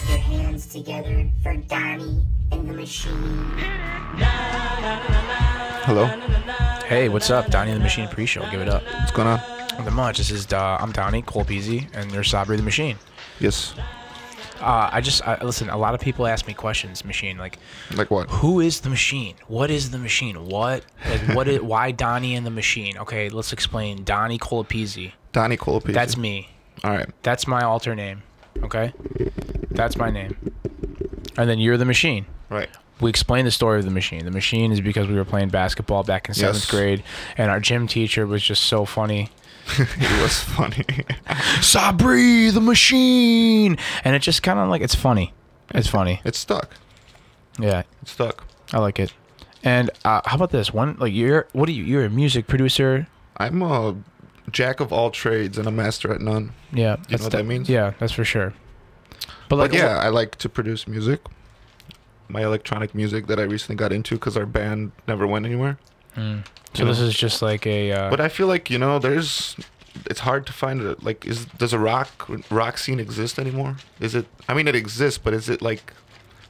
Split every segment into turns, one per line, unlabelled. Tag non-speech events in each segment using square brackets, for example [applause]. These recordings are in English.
hands together for Donnie and the machine.
Hello,
Hey, what's up? Donnie and the Machine pre-show. Give it up.
what's going on?
Nothing much. This is uh, I'm Donnie Cole Peasy, and you're Sabri the Machine.
Yes,
Uh, I just I, listen. A lot of people ask me questions, Machine, like
like what?
who is the Machine? What is the Machine? What like what? Is, why Donnie and the Machine? Okay, let's explain. Donnie Cole Peasy.
Donnie Colapese.
That's me.
All right.
That's my alter name. Okay, that's my name. And then you're the Machine.
Right.
we explained the story of the machine. The machine is because we were playing basketball back in seventh
Yes.
grade, and our gym teacher was just so funny.
It was [laughs] funny.
Sabri, the machine, and it just kind of like it's funny. It's funny.
it stuck.
Yeah,
It stuck.
I like it. And uh, how about this one? Like you're, what are you? You're a music producer.
I'm a jack of all trades and a master at none.
Yeah,
You know what
the-
that means?
Yeah, that's for sure. But like,
But yeah, I like to produce music. My electronic music that I recently got into because our band never went anywhere.
so this is just like a. Uh,
But I feel like you know, there's. It's hard to find a, like is does a rock rock scene exist anymore? Is it? I mean, it exists, but is it like?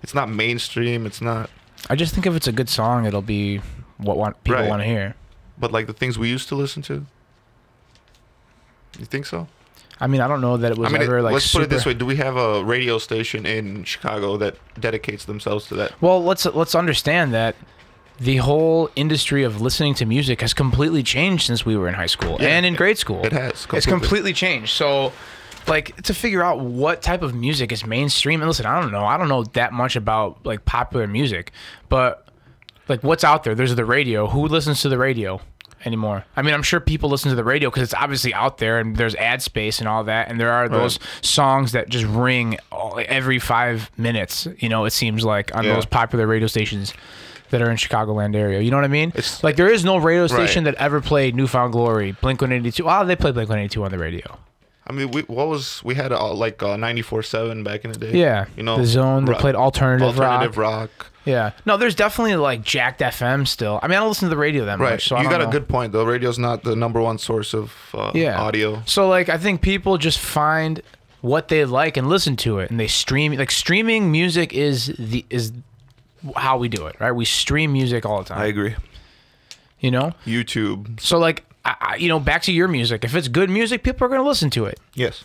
It's not mainstream. It's not.
I just think if it's a good song, it'll be what want, people
Right.
want to hear.
But like the things we used to listen to. You think so?
I mean, I don't know that it was
I mean,
ever
it-
like.
let's put it this
super-
way: Do we have a radio station in Chicago that dedicates themselves to that?
Well, let's let's understand that the whole industry of listening to music has completely changed since we were in high school
Yeah,
and in
it-
grade school.
it has,
It's
completely.
completely changed. So like to figure out what type of music is mainstream and listen, I don't know. I don't know that much about like popular music, but like what's out there? There's the radio. Who listens to the radio? anymore. I mean, I'm sure people listen to the radio because it's obviously out there and there's ad space and all that. And there are those songs that just ring all, every five minutes, you know, it seems like on
Yeah.
those popular radio stations that are in Chicagoland area. You know what I mean?
It's-
like there is no radio station
Right.
that ever played Newfound Glory, Blink 182. Oh, they play Blink 182 on the radio.
I mean, we what was we had uh, like uh, ninety four seven back in the day.
Yeah.
you know
The Zone, they
rock-
played alternative rock.
alternative rock.
Yeah. No, there's definitely like Jacked FM still. I mean, I don't listen to the radio that
Right,
much. So I
you
don't
got a
know.
good point. though. radio's not the number one source of uh,
yeah.
audio.
So like I think people just find what they like and listen to it and they stream like streaming music is the is how we do it, right? We stream music all the time.
agree.
you know?
YouTube.
So like I, I, you know, back to your music. If it's good music, people are going to listen to it.
Yes.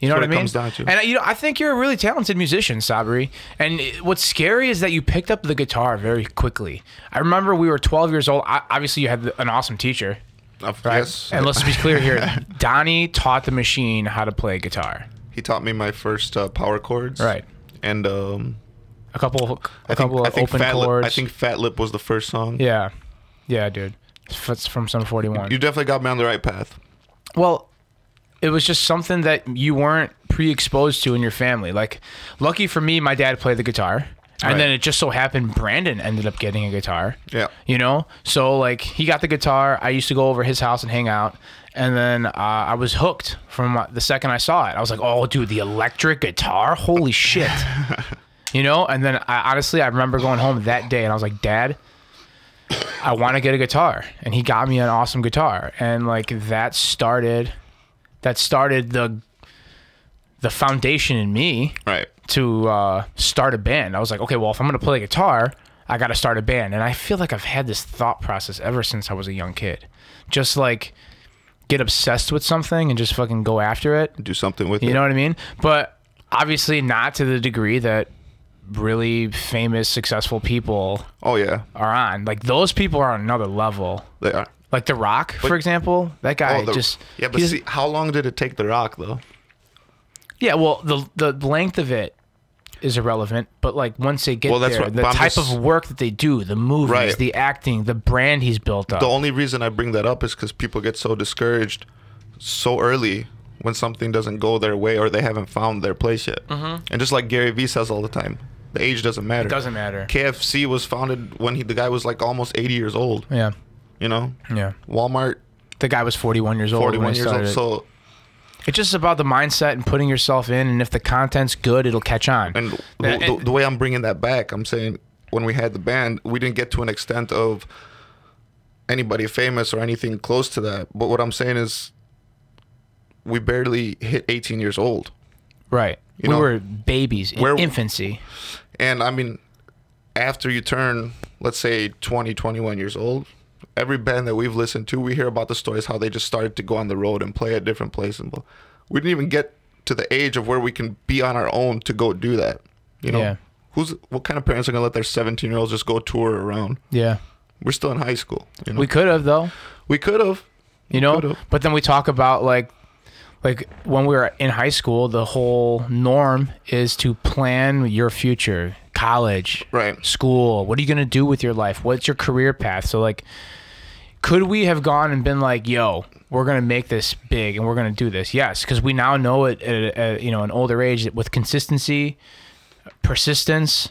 You know
That's what
what, I
it
mean?
comes down to.
And uh, you know, I think you're a really talented musician, Sabri. And it- what's scary is that you picked up the guitar very quickly. I remember we were 12 years old. I, obviously, you had the- an awesome teacher,
Uh,
right?
Yes.
And let's be clear here:
[laughs]
Donnie taught the machine how to play guitar.
he taught me my first uh, power chords.
Right.
And um,
a couple a
I think
couple
I
of
think
open
Fat Lip,
chords.
I think Fat Lip was the first song.
yeah, yeah, dude. It's from some forty one.
You definitely got me on the right path.
Well, it was just something that you weren't pre-exposed to in your family. Like, lucky for me, my dad played the guitar, and
Right.
then it just so happened Brandon ended up getting a guitar.
Yeah.
You know, so like he got the guitar. I used to go over his house and hang out, and then uh, I was hooked from uh, the second I saw it. I was like, "Oh, dude, the electric guitar! Holy shit!" you know. And then I honestly, I remember going home that day, and I was like, "Dad, I want to get a guitar," and he got me an awesome guitar, and like that started, that started the the foundation in me
Right.
to uh, start a band. I was like, okay, well, if I'm going to play guitar, I got to start a band. And I feel like I've had this thought process ever since I was a young kid. Just like get obsessed with something and just fucking go after it.
Do something with it.
You know what I mean? But obviously, not to the degree that really famous, successful people
Oh yeah,
are on. Like, those people are on another level.
they are.
Like The Rock, for example, that guy
Oh, the-
just
yeah, but
he doesn't-
see, how long did it take The Rock though?
Yeah, well, the the length of it is irrelevant, but like once they get
Well, that's
there,
what-
the
but I'm
type
just-
of work that they do, the movies,
Right.
the acting, the brand he's built up.
The only reason I bring that up is because people get so discouraged so early when something doesn't go their way or they haven't found their place yet. Mm-hmm. And just like Gary Vee says all the time, the age doesn't matter. It
doesn't matter.
KFC was founded when he, the guy was like almost 80 years old.
yeah,
You know,
yeah.
Walmart,
The guy was forty one years old.
41
Oh, when he
years
started.
old.
it.
So
it's just about the mindset and putting yourself in, and if the content's good, it'll catch on.
And the,
Yeah,
the,
and-
the way I'm bringing that back, I'm saying when we had the band, we didn't get to an extent of anybody famous or anything close to that. But what I'm saying is, we barely hit 18 years old.
Right.
You
we
know,
were babies in
where-
infancy.
And I mean, after you turn, let's say 20, 21 years old, every band that we've listened to, we hear about the stories how they just started to go on the road and play at different places. But we didn't even get to the age of where we can be on our own to go do that. You know,
Yeah.
who's what kind of parents are gonna let their 17 year olds just go tour around?
Yeah.
We're still in high school. You know?
We
We
could have though.
we could have.
you know
Could've.
but then we talk about like like when we were in high school the whole norm is to plan your future college
Right.
school what are you going to do with your life what's your career path so like could we have gone and been like yo we're going to make this big and we're going to do this yes because we now know it at, at you know an older age that with consistency persistence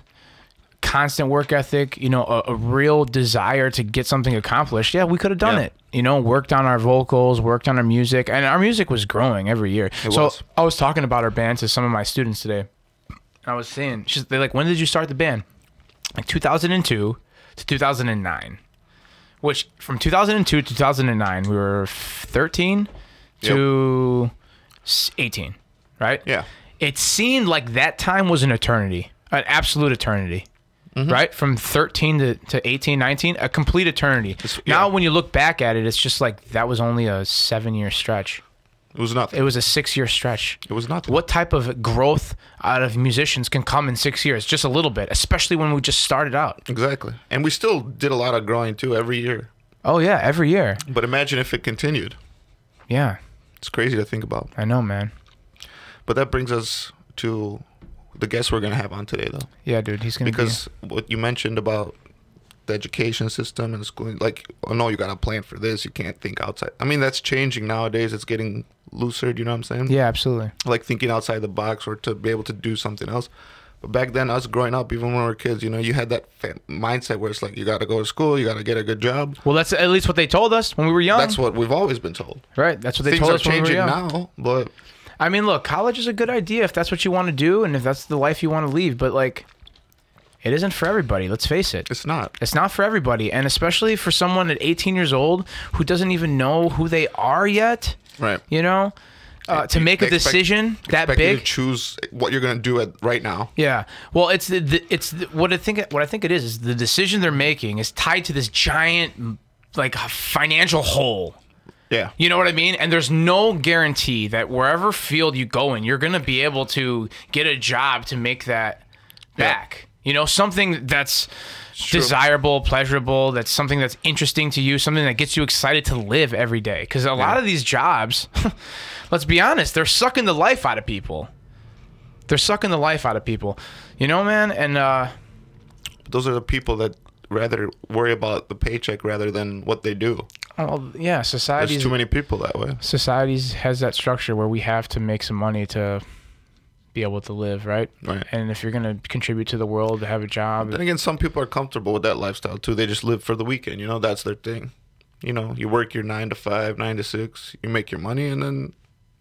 constant work ethic, you know, a, a real desire to get something accomplished, yeah, we could have done
Yeah.
it. You know, worked on our vocals, worked on our music, and our music was growing every year. so
was.
I was talking about our band to some of my students today. I was saying, she's, they're like, when did you start the band? Like 2002 to 2009, which from 2002 to 2009, we were 13 to s 18, right?
Yeah.
it seemed like that time was an eternity, an absolute eternity. Right? From 13 to, to 18, 19, a complete eternity.
yeah.
Now, when you look back at it, it's just like that was only a seven year stretch.
It was nothing.
It was a six year stretch.
It was nothing.
What type of growth out of musicians can come in six years? Just a little bit, especially when we just started out.
Exactly. And we still did a lot of growing too every year.
Oh, yeah, every year.
But imagine if it continued.
Yeah,
It's crazy to think about.
I know, man.
But that brings us to the guest we're going to have on today, though.
Yeah, dude, he's going to be.
Because what you mentioned about the education system and school, like, oh no, you got to plan for this. You can't think outside. I mean, that's changing nowadays. It's getting looser. Do you know what I'm saying?
Yeah, absolutely.
Like thinking outside the box or to be able to do something else. But back then, us growing up, even when we were kids, you know, you had that fa- mindset where it's like, you got to go to school, you got to get a good job.
Well, that's at least what they told us when we were young.
That's what we've always been told.
right. That's what Oh. they
Things
told
are
us when we were
changing
young.
now, but
I mean, look, college is a good idea if that's what you want to do and if that's the life you want to lead, but like, it isn't for everybody. Let's face it.
it's not.
It's not for everybody, and especially for someone at 18 years old who doesn't even know who they are yet.
Right.
You know, uh, to make a
They expect-
decision that
expect you
big.
to choose what you're gonna do at right now.
Yeah. Well, it's the, the it's the, what I think what I think it is is the decision they're making is tied to this giant like financial hole.
Yeah.
You know what I mean? And there's no guarantee that wherever field you go in, you're going to be able to get a job to make that back. You know, something that's
true.
desirable, pleasurable, that's something that's interesting to you, something that gets you excited to live every day. Because a lot of these jobs, [laughs] let's be honest, they're sucking the life out of people. They're sucking the life out of people. You know, man? And, uh,
Those are the people that rather worry about the paycheck rather than what they do.
well, yeah,
There's
society's
too many people that way.
societies has that structure where we have to make some money to be able to live, right?
Right.
And if you're going to contribute to the world, to have a job,
Then again, some people are comfortable with that lifestyle too. They just live for the weekend. You know, that's their thing. You know, you work your nine to five, nine to six. You make your money, and then,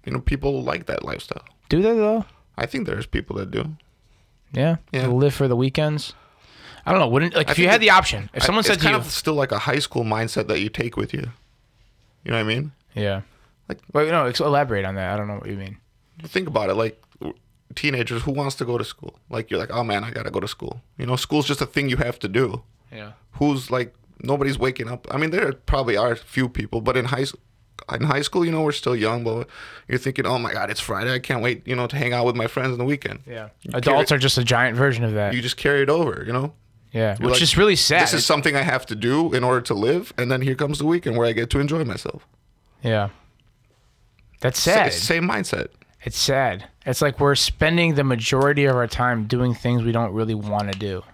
you know, people like that lifestyle.
do they though?
I think there's people that do.
Yeah.
Yeah.
To live for the weekends. I don't know. Wouldn't like if you
think
had
it-
the option, if someone
it's
said to
kind
you,
of still like a high school mindset that you take with you. You know what I mean?
yeah. Like,
Like-
well, no, ex- elaborate on that. I don't know what you mean.
think about it like w- teenagers who wants to go to school like you're like oh man i gotta go to school you know school's just a thing you have to do
Yeah.
who's like nobody's waking up i mean there probably are a few people but in high s- in high school you know we're still young but you're thinking oh my god it's friday i can't wait you know to hang out with my friends on the weekend
Yeah. Adults are just a giant version of that.
you just carry it over you know
yeah. Which
like,
is really sad.
this is something i have to do in order to live and then here comes the weekend where i get to enjoy myself
yeah. That's
Sa-
sad.
same mindset
It's sad. It's like we're spending the majority of our time doing things we don't really want to do.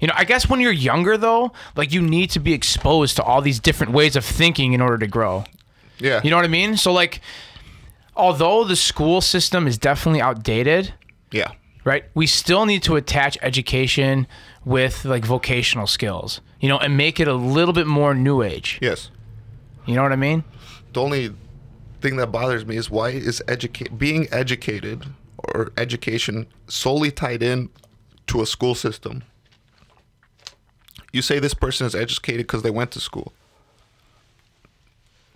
You know, I guess when you're younger though, like you need to be exposed to all these different ways of thinking in order to grow.
yeah
You know what I mean? So like although the school system is definitely outdated,
yeah
right? We still need to attach education with like vocational skills, you know, and make it a little bit more new age.
yes
You know what I mean?
the only thing that bothers me is why is educate being educated or education solely tied in to a school system. You say this person is educated because they went to school.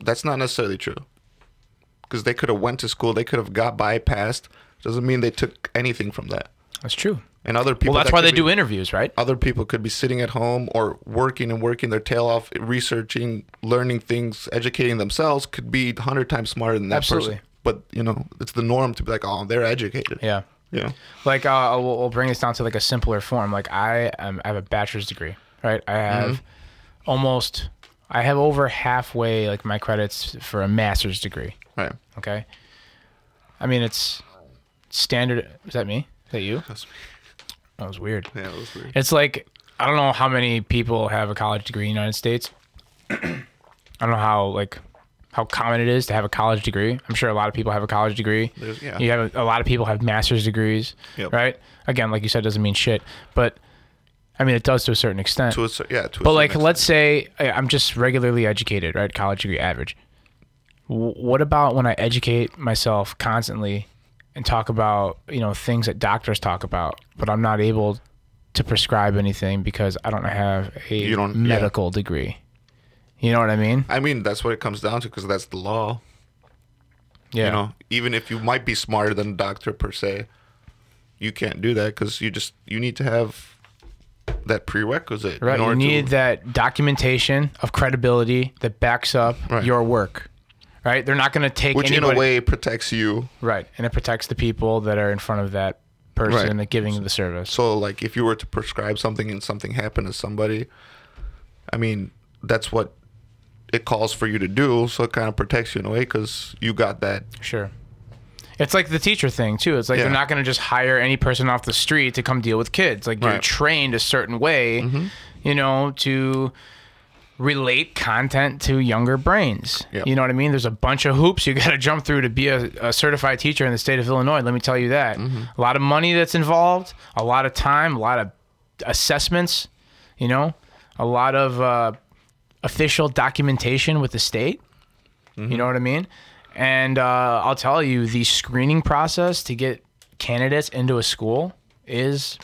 That's not necessarily true. Because they could have went to school, they could have got bypassed doesn't mean they took anything from that.
That's true.
And other people
Well, that's
that
why
could
they
be-
do interviews, right?
other people could be sitting at home or working and working their tail off, researching, learning things, educating themselves, could be 100 times smarter than that
Absolutely.
person. But, you know, it's the norm to be like, oh, they're educated.
Yeah.
Yeah.
Like, uh, we'll, we'll bring this down to like a simpler form. Like, I am, I have a bachelor's degree, right? I have almost, I have over halfway like my credits for a master's degree.
Right.
Okay. I mean, it's standard. Is that me? Is that you?
That's,
That was weird.
yeah, that was weird.
It's like I don't know how many people have a college degree in the United States. [clears throat] I don't know how like how common it is to have a college degree. I'm sure a lot of people have a college degree.
There's- yeah.
You have a, a lot of people have master's degrees,
Yep.
right? Again, like you said, doesn't mean shit, but I mean it does to a certain extent.
To a, cer- yeah, to a
but like,
certain
let's say I- I'm just regularly educated, right? College degree average. W- what about when I educate myself constantly and talk about you know things that doctors talk about, but I'm not able to prescribe anything because I don't have a
You don't- yeah.
medical degree. You know what I mean?
extent. I mean, that's what it comes down to because that's the law.
Yeah.
You know, even if you might be smarter than a doctor per se, you can't do that because you just, you need to have that prerequisite.
right.
in
You
order
need
to,
that documentation of credibility that backs up
Right.
your work. Right. They're not going to take
Which
anybody.
in a way protects you
right. And it protects the people that are in front of that person
Right.
that giving the service.
So, like, if you were to prescribe something and something happened to somebody, I mean, that's what it calls for you to do. So it kind of protects you in a way because you got that.
Sure. It's like the teacher thing too. It's like
Yeah.
they're not going to just hire any person off the street to come deal with kids. Like you're
Right. Mm-hmm.
trained a certain way, you know, to relate content to younger brains.
Yep.
You know what I mean? There's a bunch of hoops you [laughs] got to jump through to be a, a certified teacher in the state of Illinois. Let me tell you that. A lot of money that's involved, a lot of time, a lot of assessments, you know, a lot of uh, official documentation with the state. You know what I mean? And uh, I'll tell you, the screening process to get candidates into a school is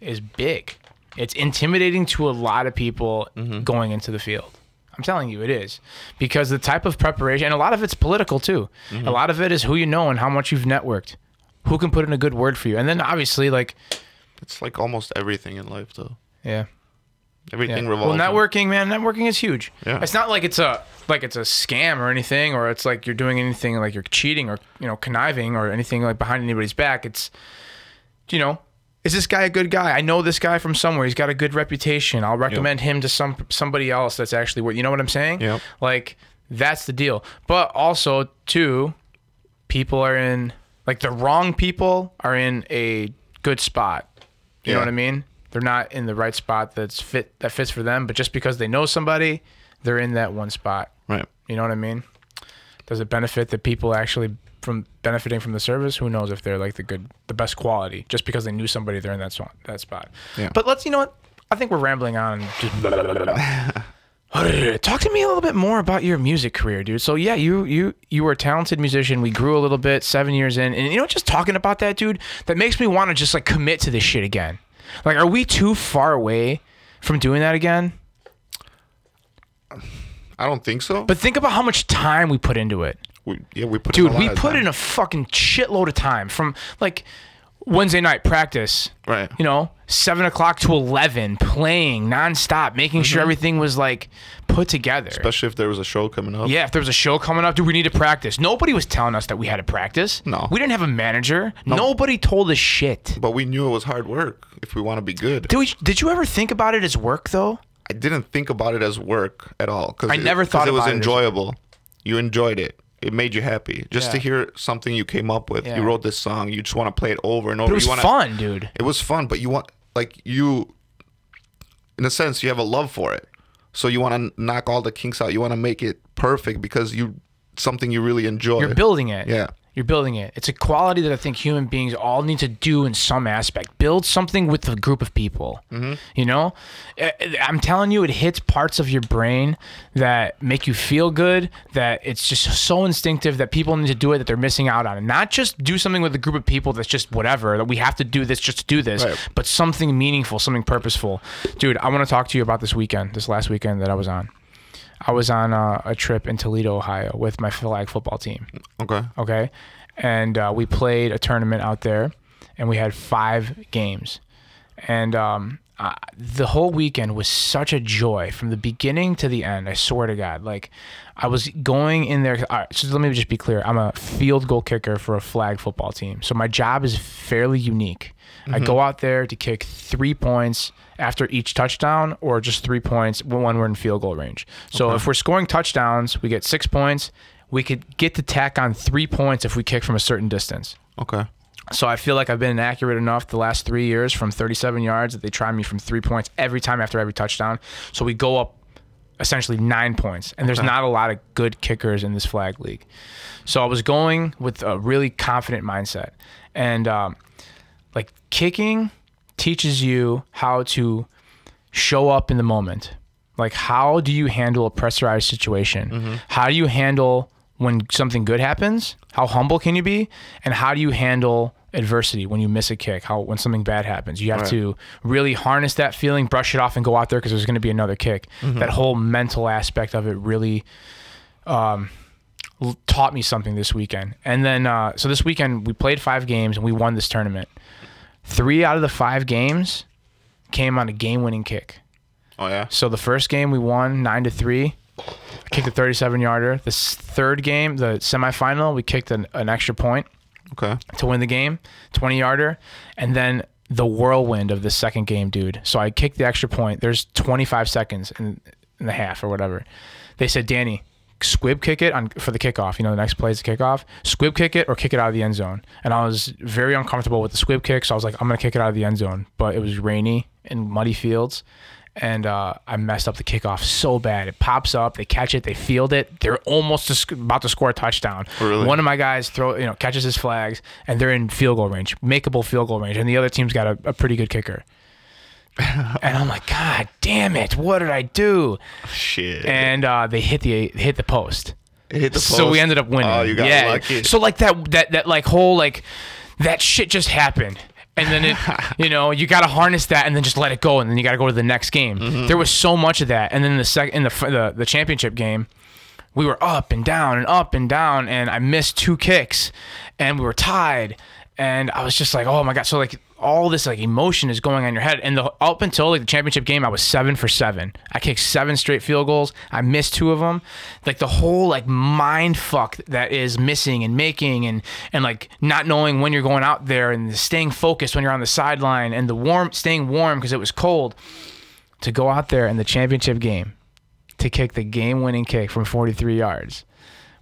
is big. It's intimidating to a lot of people going into the field. I'm telling you, it is because the type of preparation, and a lot of it's political too. A lot of it is who you know and how much you've networked, who can put in a good word for you, and then obviously like
It's like almost everything in life, though.
yeah.
Everything
Yeah.
revolves.
Well,
around-
networking, man, networking is huge.
Yeah.
It's not like it's a like it's a scam or anything, or it's like you're doing anything like you're cheating or you know conniving or anything like behind anybody's back. It's you know, is this guy a good guy? I know this guy from somewhere. He's got a good reputation. I'll recommend him to some somebody else that's actually what you know what I'm saying.
Yep.
Like that's the deal. But also too, people are in like the wrong people are in a good spot. You know
Yeah.
what I mean? They're not in the right spot that's fit that fits for them, but just because they know somebody, they're in that one spot.
Right.
You know what I mean? Does it benefit the people actually from benefiting from the service? Who knows if they're like the good, the best quality, just because they knew somebody they're in that spot, that spot.
Yeah.
But let's, you know what? I think we're rambling on. Just blah, blah, blah, blah. Talk to me a little bit more about your music career, dude. So yeah, you you you were a talented musician. We grew a little bit, seven years in, and you know, just talking about that, dude, that makes me want to just like commit to this shit again. Like, are we too far away from doing that again?
I don't think so.
But think about how much time we put into it.
we, yeah, we put.
dude
in a
we
lot of
put
time.
in a fucking shitload of time from like wednesday night practice
Right.
you know seven o'clock to 11 playing nonstop making sure everything was like put together
Mm-hmm. Especially if there was a show coming up.
yeah if there was a show coming up dude we need to practice nobody was telling us that we had to practice
No.
we didn't have a manager nobody told us shit
But we knew it was hard work if we want to be good.
did, we, did you ever think about it as work though
I didn't think about it as work at all. Cause
I
it-
never
'cause
thought
it was
about it as-
enjoyable. You enjoyed it. It made you happy just to
Yeah.
hear something you came up with.
Yeah.
You wrote this song. You just want to play it over and over.
it was
you wanna,
fun dude
it was fun, but you want like you in a sense you have a love for it. So you want to knock all the kinks out. You want to make it perfect because you something you really enjoy.
You're building it.
Yeah.
You're building it. It's a quality that I think human beings all need to do in some aspect. Build something with a group of people. You know, I- I- I'm telling you, it hits parts of your brain that make you feel good. That it's just so instinctive that people need to do it that they're missing out on, and not just do something with a group of people that's just whatever that we have to do this just to do this,
Right.
but something meaningful, something purposeful. Dude, I want to talk to you about this weekend, this last weekend that I was on. uh, I was on a, a trip in Toledo, Ohio, with my flag football team
okay.
okay and uh, we played a tournament out there, and we had five games, and um, uh, the whole weekend was such a joy from the beginning to the end. I swear to God, like I was going in there. All right, so let me just be clear. I'm a field goal kicker for a flag football team, so my job is fairly unique. I go out there to kick three points after each touchdown, or just three points when we're in field goal range. So if we're scoring touchdowns, we get six points we could get to tack on three points if we kick from a certain distance.
Okay.
So I feel like I've been inaccurate enough the last three years from 37 yards that they try me from three points every time after every touchdown. So we go up essentially nine points, and there's not a lot of good kickers in this flag league. So I was going with a really confident mindset, and um, like kicking teaches you how to show up in the moment. Like, how do you handle a pressurized situation? How do you handle when something good happens? How humble can you be? And how do you handle adversity when you miss a kick? How when something bad happens, you have to really harness that feeling, brush it off, and go out there because there's going to be another kick. That whole mental aspect of it really um, l- taught me something this weekend. And then, uh, so this weekend we played five games and we won this tournament. Three out of the five games came on a game-winning kick.
Oh yeah.
So the first game we won nine to three. I Kicked a 37-yarder. The s- third game, the semifinal, we kicked an, an extra point
Okay.
to win the game, 20 yarder, and then the whirlwind of the second game, dude. So I kicked the extra point. There's 25 seconds in, in the half or whatever. They said, Danny, squib kick it on for the kickoff. You know, the next play is the kickoff. Squib kick it or kick it out of the end zone. And I was very uncomfortable with the squib kick, so I was like, I'm gonna kick it out of the end zone. But it was rainy and muddy fields. And uh, I messed up the kickoff so bad. It pops up, they catch it, they field it. They're almost to sc- about to score a touchdown.
Really?
One of my guys throw you know catches his flags and they're in field goal range, makeable field goal range, and the other team's got a, a pretty
[laughs]
good kicker. and I'm like, God damn it! What did I do?
Shit.
And uh, they hit the hit the post.
It hit the
So we
post.
ended up winning.
Oh, you got
yeah.
lucky.
So like that that that like whole like that shit just happened. And
[laughs]
then it, you know, you got to harness that, and then just let it go, and then you got to go to the next game.
Mm-hmm.
There was so much of that, and then the second, in the, f- the the championship game, we were up and down and up and down, and I missed two kicks, and we were tied, and I was just like, oh my god! So like all this like emotion is going on in your head, and the up until like the championship game, I was seven for seven. I kicked seven straight field goals. I missed two of them. Like the whole like mind fuck that is missing and making and and like not knowing when you're going out there and staying focused when you're on the sideline and the warm staying warm because it was cold to go out there in the championship game to kick the game winning kick from 43 yards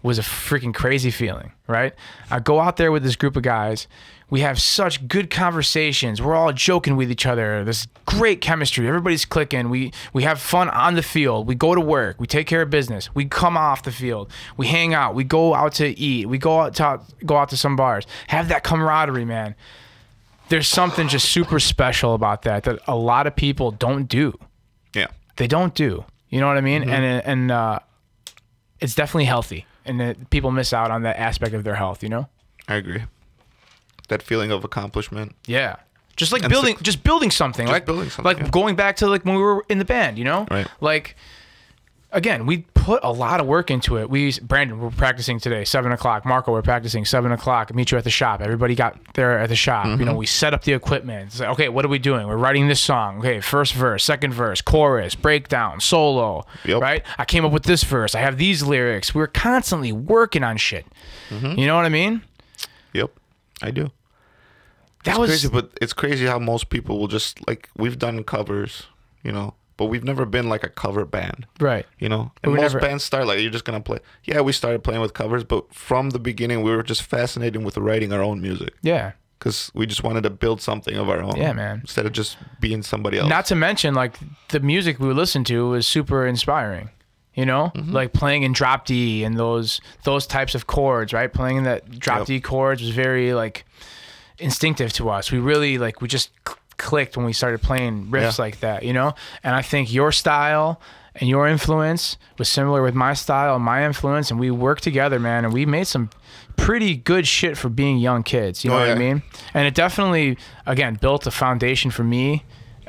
was a freaking crazy feeling, right? I go out there with this group of guys. We have such good conversations. We're all joking with each other. There's great chemistry. Everybody's clicking. We we have fun on the field. We go to work. We take care of business. We come off the field. We hang out. We go out to eat. We go out to go out to some bars. Have that camaraderie, man. There's something just super special about that that a lot of people don't do
yeah.
they don't do. You know what I mean? And and uh, it's definitely healthy, and it, people miss out on that aspect of their health. You know?
I agree. That feeling of accomplishment.
Yeah. Just like building, just building something, like
building something,
like
yeah.
going back to like when we were in the band. You know?
Right.
Like. Again, we put a lot of work into it. We Brandon, we're practicing today, seven o'clock. Marco, we're practicing seven o'clock. Meet you at the shop. Everybody got there at the shop. You
Mm-hmm.
know, we set up the equipment. It's like, okay, what are we doing? We're writing this song. Okay, first verse, second verse, chorus, breakdown, solo.
Yep.
Right? I came up with this verse. I have these lyrics. We're constantly working on shit.
Mm-hmm.
You know what I mean?
Yep. I do.
That
It's
was
crazy, but it's crazy how most people will just like we've done covers, you know, but we've never been like a cover band.
right.
You know, and
We
most
never-
bands start like you're just gonna play. Yeah, we started playing with covers, but from the beginning we were just fascinated with writing our own music
Yeah.
because we just wanted to build something of our own.
Yeah, man.
Instead of just being somebody else.
Not to mention, like the music we would listen to was super inspiring. You know,
Mm-hmm.
like playing in drop D and those those types of chords, right? Playing in that drop
Yep.
D chords was very like instinctive to us. We really like we just cl- clicked when we started playing riffs
Yeah.
like that, you know. And I think your style and your influence was similar with my style and my influence, and we worked together, man. And we made some pretty good shit for being young kids. You know
Oh,
what I
yeah.
mean? And it definitely, again, built a foundation for me.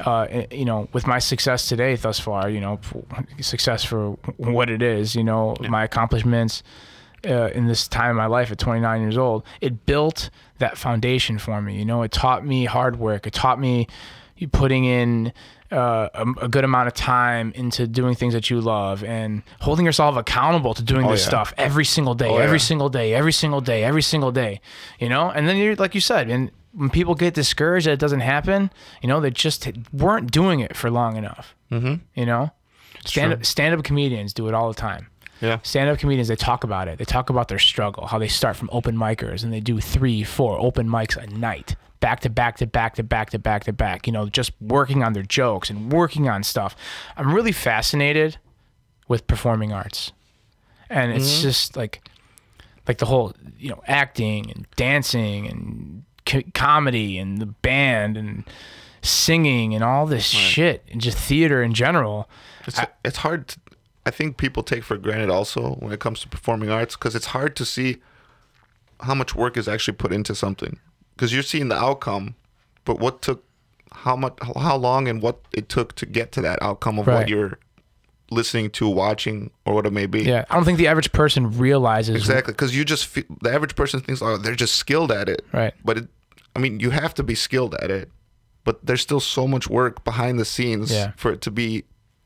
Uh, i- you know, with my success today thus far, you know, f- success for what it is, you know, my accomplishments, uh, in this time of my life at 29 years old, it built that foundation for me. You know, it taught me hard work. It taught me you putting in uh, a, a good amount of time into doing things that you love and holding yourself accountable to doing
Oh,
this
yeah.
stuff every single day,
Oh,
every
yeah.
single day, every single day, every single day. You know, and then you're like you said, and when people get discouraged that it doesn't happen, you know, they just weren't doing it for long enough. Mm-hmm. You know, stand up stand up comedians do it all the time
Yeah.
stand-up comedians they talk about it they talk about their struggle how they start from open micers and they do three four open mics a night back to back to back to back to back to back you know just working on their jokes and working on stuff i'm really fascinated with performing arts and it's just like like the whole you know acting and dancing and co- comedy and the band and singing and all this shit and just theater in general
It's, it's hard. To, I think people take for granted also when it comes to performing arts because it's hard to see how much work is actually put into something because you're seeing the outcome, but what took how much how long and what it took to get to that outcome of
Right.
what you're listening to, watching, or what it may be.
yeah i don't think the average person realizes
Exactly, because you just feel, the average person thinks, oh, they're just skilled at it.
Right.
But it, I mean, you have to be skilled at it, but there's still so much work behind the scenes
Yeah.
for it to be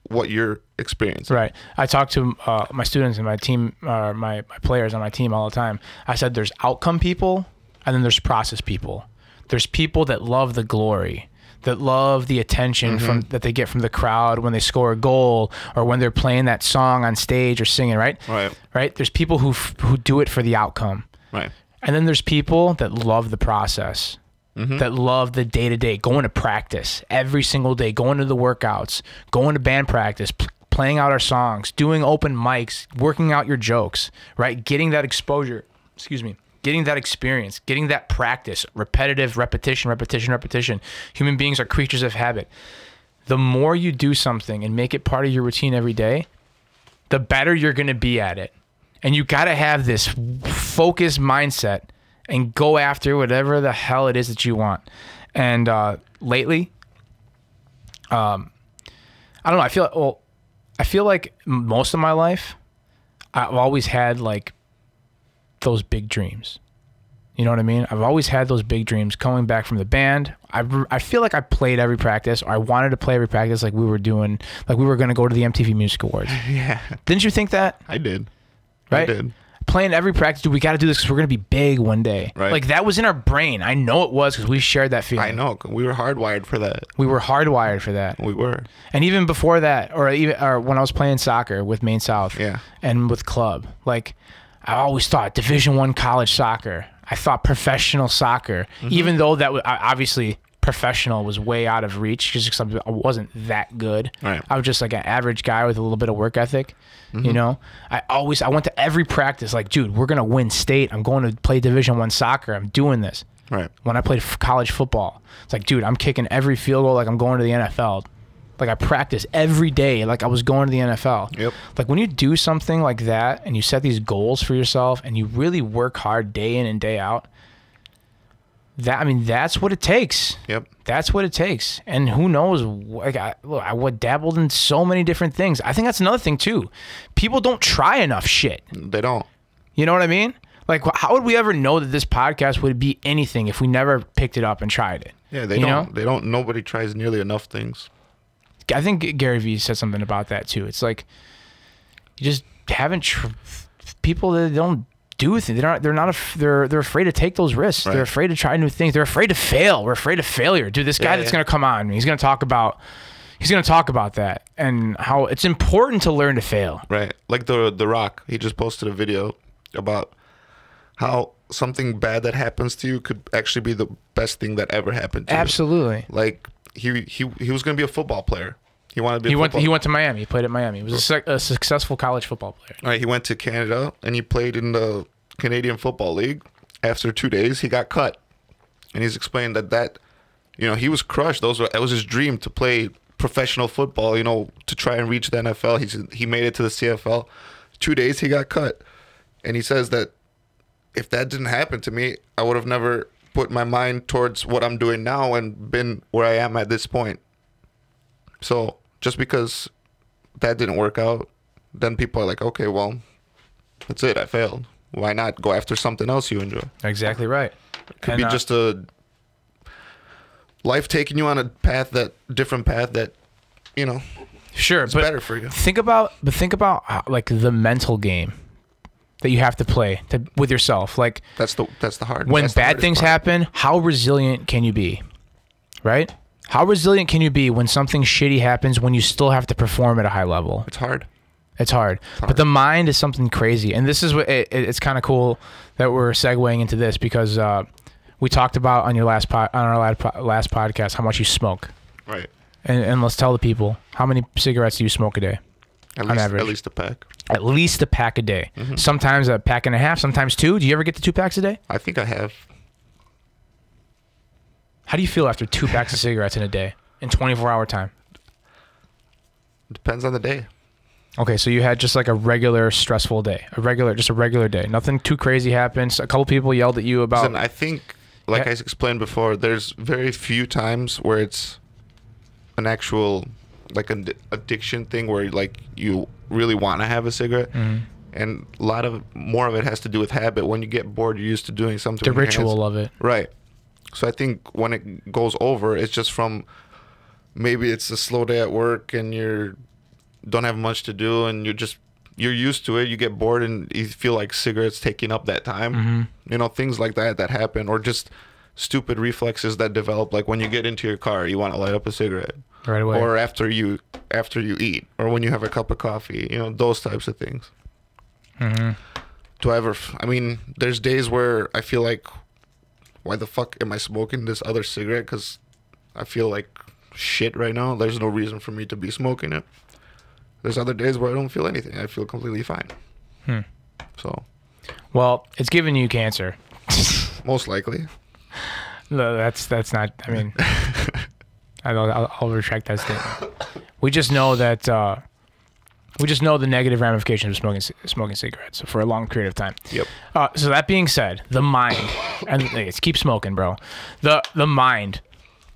what you're experiencing.
Right. I talk to uh, my students and my team, uh, my, my players on my team all the time. I said there's outcome people and then there's process people. There's people that love the glory, that love the attention from that they get from the crowd when they score a goal or when they're playing that song on stage or singing, right?
Right.
Right? There's people who, f- who do it for the outcome.
Right.
And then there's people that love the process, that love the day to day, going to practice every single day, going to the workouts, going to band practice, p- playing out our songs, doing open mics, working out your jokes, right? Getting that exposure, excuse me, getting that experience, getting that practice, repetitive, repetition, repetition, repetition. Human beings are creatures of habit. The more you do something and make it part of your routine every day, the better you're going to be at it. And you got to have this focused mindset and go after whatever the hell it is that you want. And uh, lately, um, I don't know. I feel well. I feel like m- most of my life, I've always had like those big dreams. You know what I mean? I've always had those big dreams coming back from the band. I, re- I feel like I played every practice, or I wanted to play every practice, like we were doing, like we were going to go to the MTV Music Awards.
Yeah.
Didn't you think that?
I did.
Right.
I did.
Playing every practice, dude, we got to do this because we're going to be big one day.
Right.
Like that was in our brain. I know it was because we shared that feeling.
I know. We were hardwired for that.
We were hardwired for that.
We were.
And even before that, or even or when I was playing soccer with Maine South
Yeah.
and with club, like I always thought Division One college soccer. I thought professional soccer,
Mm-hmm.
even though that was obviously professional was way out of reach because I wasn't that good.
Right. Mm-hmm.
I was just like an average guy with a little bit of work ethic. You know, I always I went to every practice like, dude, we're gonna win state. I'm going to play Division One soccer. I'm doing this
Right.
when I played f- college football. It's like, dude, I'm kicking every field goal like I'm going to the NFL. Like I practice every day like I was going to the NFL.
Yep.
Like when you do something like that and you set these goals for yourself and you really work hard day in and day out, that I mean that's what it takes.
Yep.
That's what it takes. And who knows? Like I, look, I would dabbled in so many different things. I think that's another thing too. People don't try enough shit.
They don't.
You know what I mean? Like, wh- how would we ever know that this podcast would be anything if we never picked it up and tried it?
Yeah. They
You
don't.
know?
They don't. Nobody tries nearly enough things.
I think G- Gary Vee said something about that too. It's like you just haven't tr- people that don't do things. They're not. They're not. Af- they're they're afraid to take those risks. They're
Right.
afraid to try new things. They're afraid to fail. We're afraid of failure. Dude, this guy
Yeah,
that's
yeah.
gonna come on, he's gonna talk about. He's gonna talk about that and how it's important to learn to fail.
Right. Like the the Rock. He just posted a video about how something bad that happens to you could actually be the best thing that ever happened to you.
Absolutely.
Like he he he was gonna be a football player. He wanted to be.
He
a
went.
football-
He went to Miami. He played at Miami. He was a, suc- a successful college football player.
All right, he went to Canada and he played in the Canadian Football League. After two days, he got cut, and he's explained that that, you know, he was crushed. Those were that was his dream to play professional football. You know, to try and reach the NFL. He's he made it to the CFL. Two days, he got cut, and he says that if that didn't happen to me, I would have never put my mind towards what I'm doing now and been where I am at this point. So just because that didn't work out, then people are like, okay, well, that's it. I failed. why not go after something else you enjoy?
Exactly right.
Could
And,
be
uh,
just a life taking you on a path that different path that you know
sure, but
better for you.
think about but think about uh, like the mental game that you have to play to, with yourself. Like
That's the that's the hard.
when
that's the
bad
hardest
things
part.
happen, how resilient can you be? Right? How resilient can you be when something shitty happens when you still have to perform at a high level?
it's hard.
It's hard. But the mind is something crazy. And this is what it, it- it's kind of cool that we're segueing into this because uh, we talked about on your last po- on our last, po- last podcast how much you smoke.
Right.
And, and let's tell the people how many cigarettes do you smoke a day?
At least,
average.
at least a pack.
At least a pack a day. Sometimes a pack and a half, sometimes two. Do you ever get to two packs a day?
I think I have.
How do you feel after two [laughs] packs of cigarettes in a day in 24 hour time?
Depends on the day.
Okay, so you had just like a regular stressful day, a regular, just a regular day. Nothing too crazy happens. A couple people yelled at you about.
Listen, I think, like
Yeah.
I explained before, there's very few times where it's an actual like an addiction thing where like you really want to have a cigarette.
Mm-hmm.
And a lot of more of it has to do with habit. When you get bored, you're used to doing something.
the
with your hands.
ritual of it.
Right. So I think when it goes over, it's just from maybe it's a slow day at work and you're don't have much to do and you're just you're used to it. You get bored and you feel like cigarettes taking up that time.
Mm-hmm.
You know things like that that happen or just stupid reflexes that develop like when you get into your car you want to light up a cigarette
Right away.
or after you after you eat or when you have a cup of coffee you know those types of things
Mm-hmm.
do i ever f- i mean there's days where i feel like why the fuck am i smoking this other cigarette because i feel like shit right now there's no reason for me to be smoking it there's other days where i don't feel anything i feel completely fine
Hmm.
so
Well, it's giving you cancer.
most likely
No, that's that's not. I mean, I don't, I'll, I'll retract that statement. We just know that uh, we just know the negative ramifications of smoking ci- smoking cigarettes for a long period of time.
yep
Uh, so that being said, the mind and it's keep smoking, bro. The the mind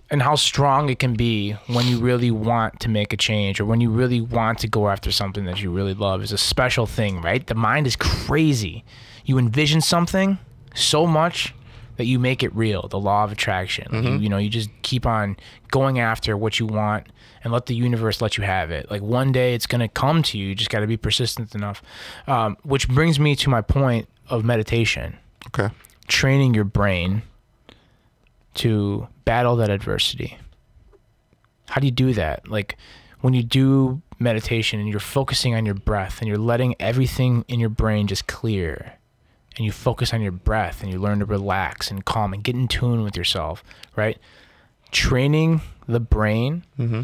and how strong it can be when you really want to make a change or when you really want to go after something that you really love is a special thing, right? The mind is crazy. You envision something so much that you make it real. The law of attraction. Like, you, you know, you just keep on going after what you want and let the universe let you have it. Like one day it's gonna come to you. You just got to be persistent enough. Um, which brings me to my point of meditation
okay
training your brain to battle that adversity. How do you do that? Like when you do meditation and you're focusing on your breath and you're letting everything in your brain just clear and you focus on your breath and you learn to relax and calm and get in tune with yourself, right? Training the brain. Mm-hmm.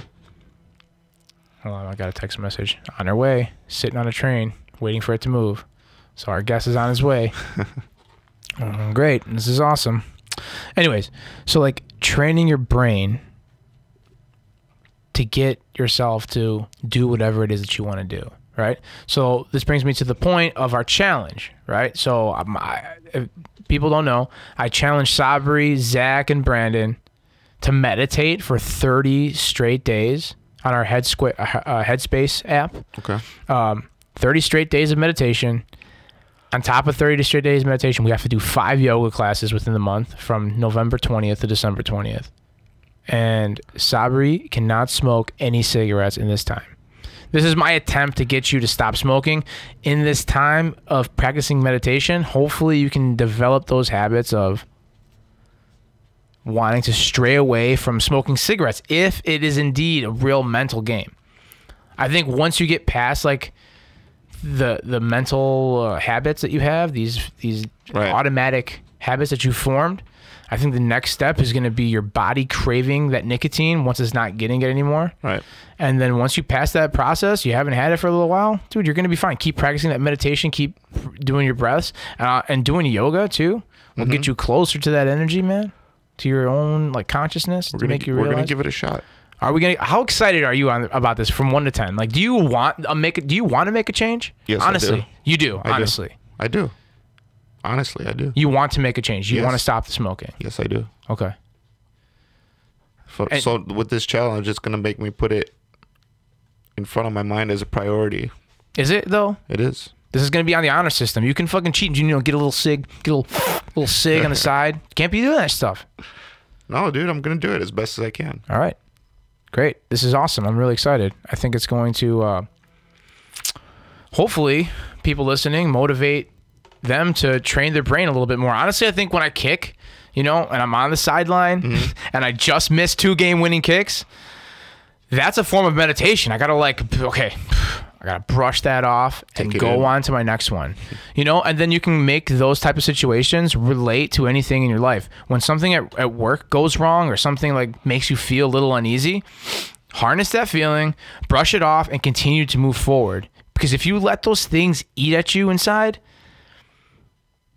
Hold on, I got a text message. On our way, sitting on a train, waiting for it to move. So our guest is on his way. Mm, Great. This is awesome. Anyways, so like training your brain to get yourself to do whatever it is that you want to do, right? So this brings me to the point of our challenge, right? So um, I, if people don't know, I challenge Sabri, Zach, and Brandon to meditate for 30 straight days on our head squ- uh, Headspace app
okay
um, 30 straight days of meditation. On top of 30 straight days of meditation, we have to do five yoga classes within the month from November 20th to December 20th. And Sabri cannot smoke any cigarettes in this time. This is my attempt to get you to stop smoking. In this time of practicing meditation, hopefully you can develop those habits of wanting to stray away from smoking cigarettes if it is indeed a real mental game. I think once you get past like the the mental uh, habits that you have, these these
Right.
automatic habits that you formed, I think the next step is going to be your body craving that nicotine once it's not getting it anymore.
right
And then once you pass that process, you haven't had it for a little while, dude, you're gonna be fine. Keep practicing that meditation, keep doing your breaths, uh, and doing yoga too will
Mm-hmm.
get you closer to that energy, man, to your own like consciousness
we're
to
gonna,
make you
we're gonna
realize.
give it a shot
are we gonna? How excited are you on about this from one to ten? Like, do you want a make? Do you want to make a change?
Yes, I
honestly,
do.
you do.
do.
honestly,
i do honestly i do
you want to make a change. You
Yes.
want to stop the smoking.
yes i do
Okay.
So,
And-
so with this challenge, it's gonna make me put it in front of my mind as a priority.
Is it though?
It is.
This is gonna be on the honor system. You can fucking cheat. You know, get a little sig, get a little, little
[laughs]
sig on the side. Can't be doing that stuff.
No, dude, I'm gonna do it as best as I can.
All right, great. This is awesome. I'm really excited. I think it's going to uh, hopefully people listening motivate them to train their brain a little bit more. Honestly, I think when I kick, you know, and I'm on the sideline
Mm-hmm.
[laughs] and I just missed two game winning kicks, that's a form of meditation. I gotta like, p- okay, I gotta brush that off and
Take it
go
in.
on to my next one. You know, and then you can make those type of situations relate to anything in your life. When something at, at work goes wrong or something like makes you feel a little uneasy, harness that feeling, brush it off, and continue to move forward. Because if you let those things eat at you inside,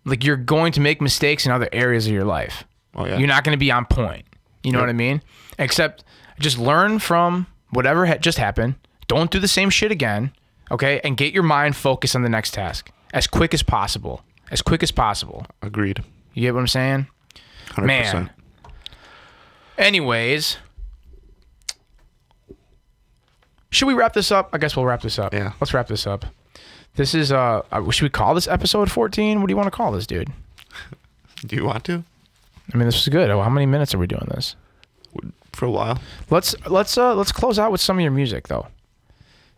like you're going to make mistakes in other areas of your life.
Oh, yeah.
You're not going to be on point. You know what I mean? Except just learn from whatever ha- just happened. Don't do the same shit again, okay? And get your mind focused on the next task as quick as possible. As quick as possible.
Agreed.
You get what I'm saying?
100%.
Man. Anyways, should we wrap this up? I guess we'll wrap this up.
Yeah.
Let's wrap this up. This is uh uh, should we call this episode 14? What do you want to call this, dude?
Do you want to?
I mean, this is good. Oh, How many minutes are we doing this?
For a while.
Let's let's uh let's close out with some of your music though.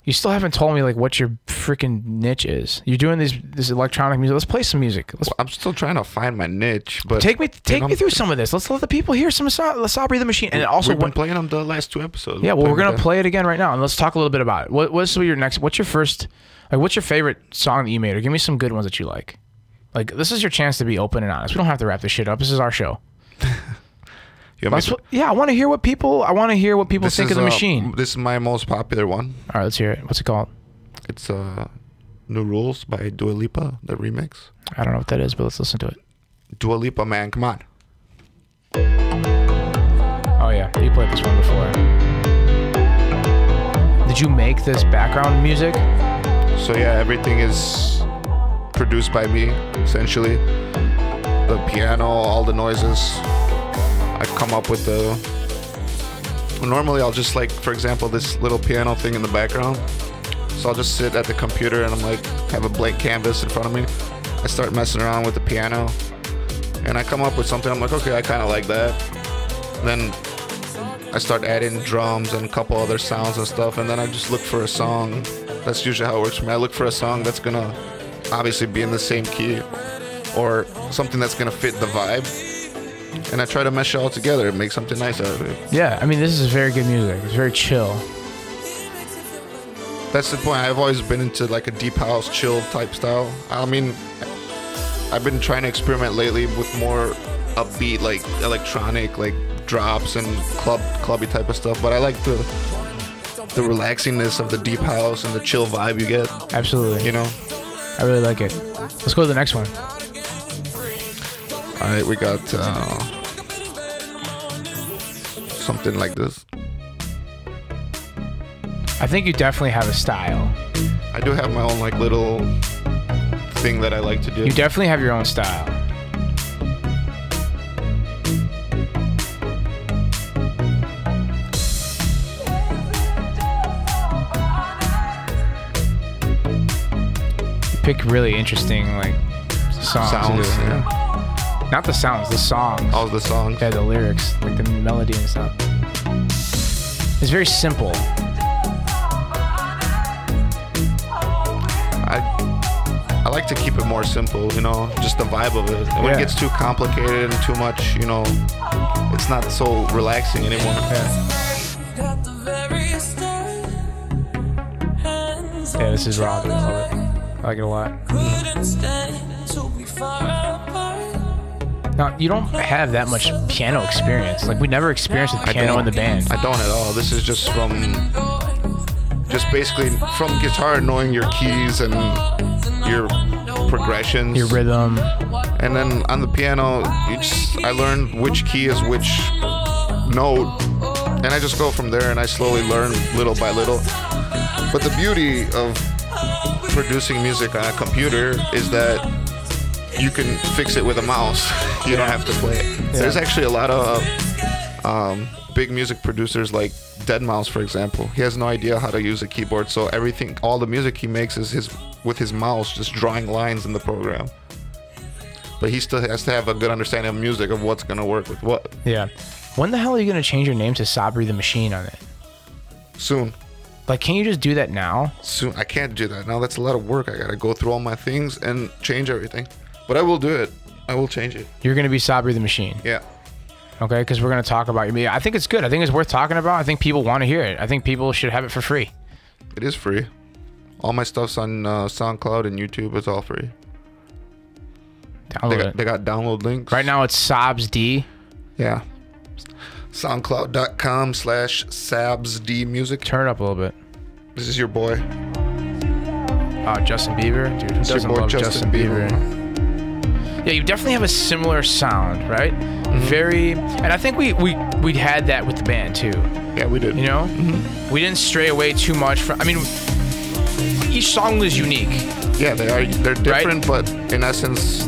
You still haven't told me like what your freaking niche is. You're doing these this electronic music. Let's play some music. Let's
I'm still trying to find my niche, but
take me take me
I'm-
through some of this. Let's let the people hear some Sa- Sabri the Machine and also
we've been
what,
playing on the last two episodes.
yeah. Well, we're gonna
playing
play it again right now and let's talk a little bit about it. What what's your next? What's your first? Like, what's your favorite song that you made? Or give me some good ones that you like. Like, this is your chance to be open and honest. We don't have to wrap this shit up. This is our show.
with them. You want me
Let's,
to-
yeah, I want to hear what people. I want to hear what people
this
think
is,
of the
uh,
machine.
This is my most popular one.
All right, let's hear it. What's it called?
It's uh, New Rules by Dua Lipa, the remix.
I don't know what that is, but let's listen to it.
Dua Lipa, man, come on.
Oh yeah, you played this one before. Did you make this background music?
So yeah, everything is produced by me, essentially. The piano, all the noises. I come up with the. Normally, I'll just like, for example, this little piano thing in the background. So I'll just sit at the computer and I'm like, have a blank canvas in front of me. I start messing around with the piano, and I come up with something. I'm like, okay, I kind of like that. Then I start adding drums and a couple other sounds and stuff, and then I just look for a song. That's usually how it works for me. I look for a song that's gonna obviously be in the same key or something that's gonna fit the vibe, and I try to mesh it all together and make something nice out of it.
Yeah, I mean this is very good music. It's very chill.
That's the point. I've always been into like a deep house, chill type style. I mean, I've been trying to experiment lately with more upbeat, like electronic, like drops and club clubby type of stuff. But I like the the relaxingness of the deep house and the chill vibe you get.
Absolutely.
You know.
I really like it. Let's go to the next one.
All right, we got uh, something like this.
I think you definitely have a style.
I do have my own like little thing that I like to do.
You definitely have your own style. You pick really interesting like songs.
Sounds. Yeah.
Not the sounds, the songs.
All the songs.
Yeah, the lyrics, like the melody and stuff. It's very simple.
I I like to keep it more simple, you know, just the vibe of it. And when
Yeah.
it gets too complicated and too much, you know, it's not so relaxing anymore.
Yeah,
At the very start, hands
yeah
on
this is
each
raw. dude. I love
other.
it. I like it a lot.
Couldn't stand to be far apart.
Now, you don't have that much piano experience. Like, we never experienced with piano
don't.
in the band.
I don't at all. This is just from just basically from guitar knowing your keys and your progressions.
Your rhythm.
and then on the piano you just, i learned which key is which note and i just go from there and i slowly learn little by little but the beauty of producing music on a computer is that [laughs] you can fix it with a mouse you don't have to play it there's actually a lot of um, big music producers like Dead Mouse, for example. He has no idea how to use a keyboard, so everything, all the music he makes is his with his mouse, just drawing lines in the program. But he still has to have a good understanding of music of what's gonna work with what.
Yeah. When the hell are you gonna change your name to Sabri the Machine on it?
Soon,
Like, can you just do that now?
soon I can't do that now. That's a lot of work. I gotta go through all my things and change everything. But I will do it. I will change it.
You're gonna be Sabri the Machine,
Yeah.
okay? Because we're gonna talk about your media. I think it's good. I think it's worth talking about. I think people want to hear it. I think people should have it for free.
It is free. All my stuff's on uh, SoundCloud and YouTube. It's all free. They
Download
got,
it.
they got download links.
Right now, it's Sobs D.
Yeah. SoundCloud.com slash SabsD Music.
Turn it up a little bit.
This is your boy.
Oh, Justin Bieber, dude. Who
your
doesn't
boy,
love Justin,
Justin
Bieber?
Bieber.
Yeah, you definitely have a similar sound, right?
Mm-hmm.
Very, and I think we we we had that with the band too.
Yeah, we did.
You know,
Mm-hmm.
we didn't stray away too much from. I mean, each song was unique.
Yeah, they are. They're different, but in essence,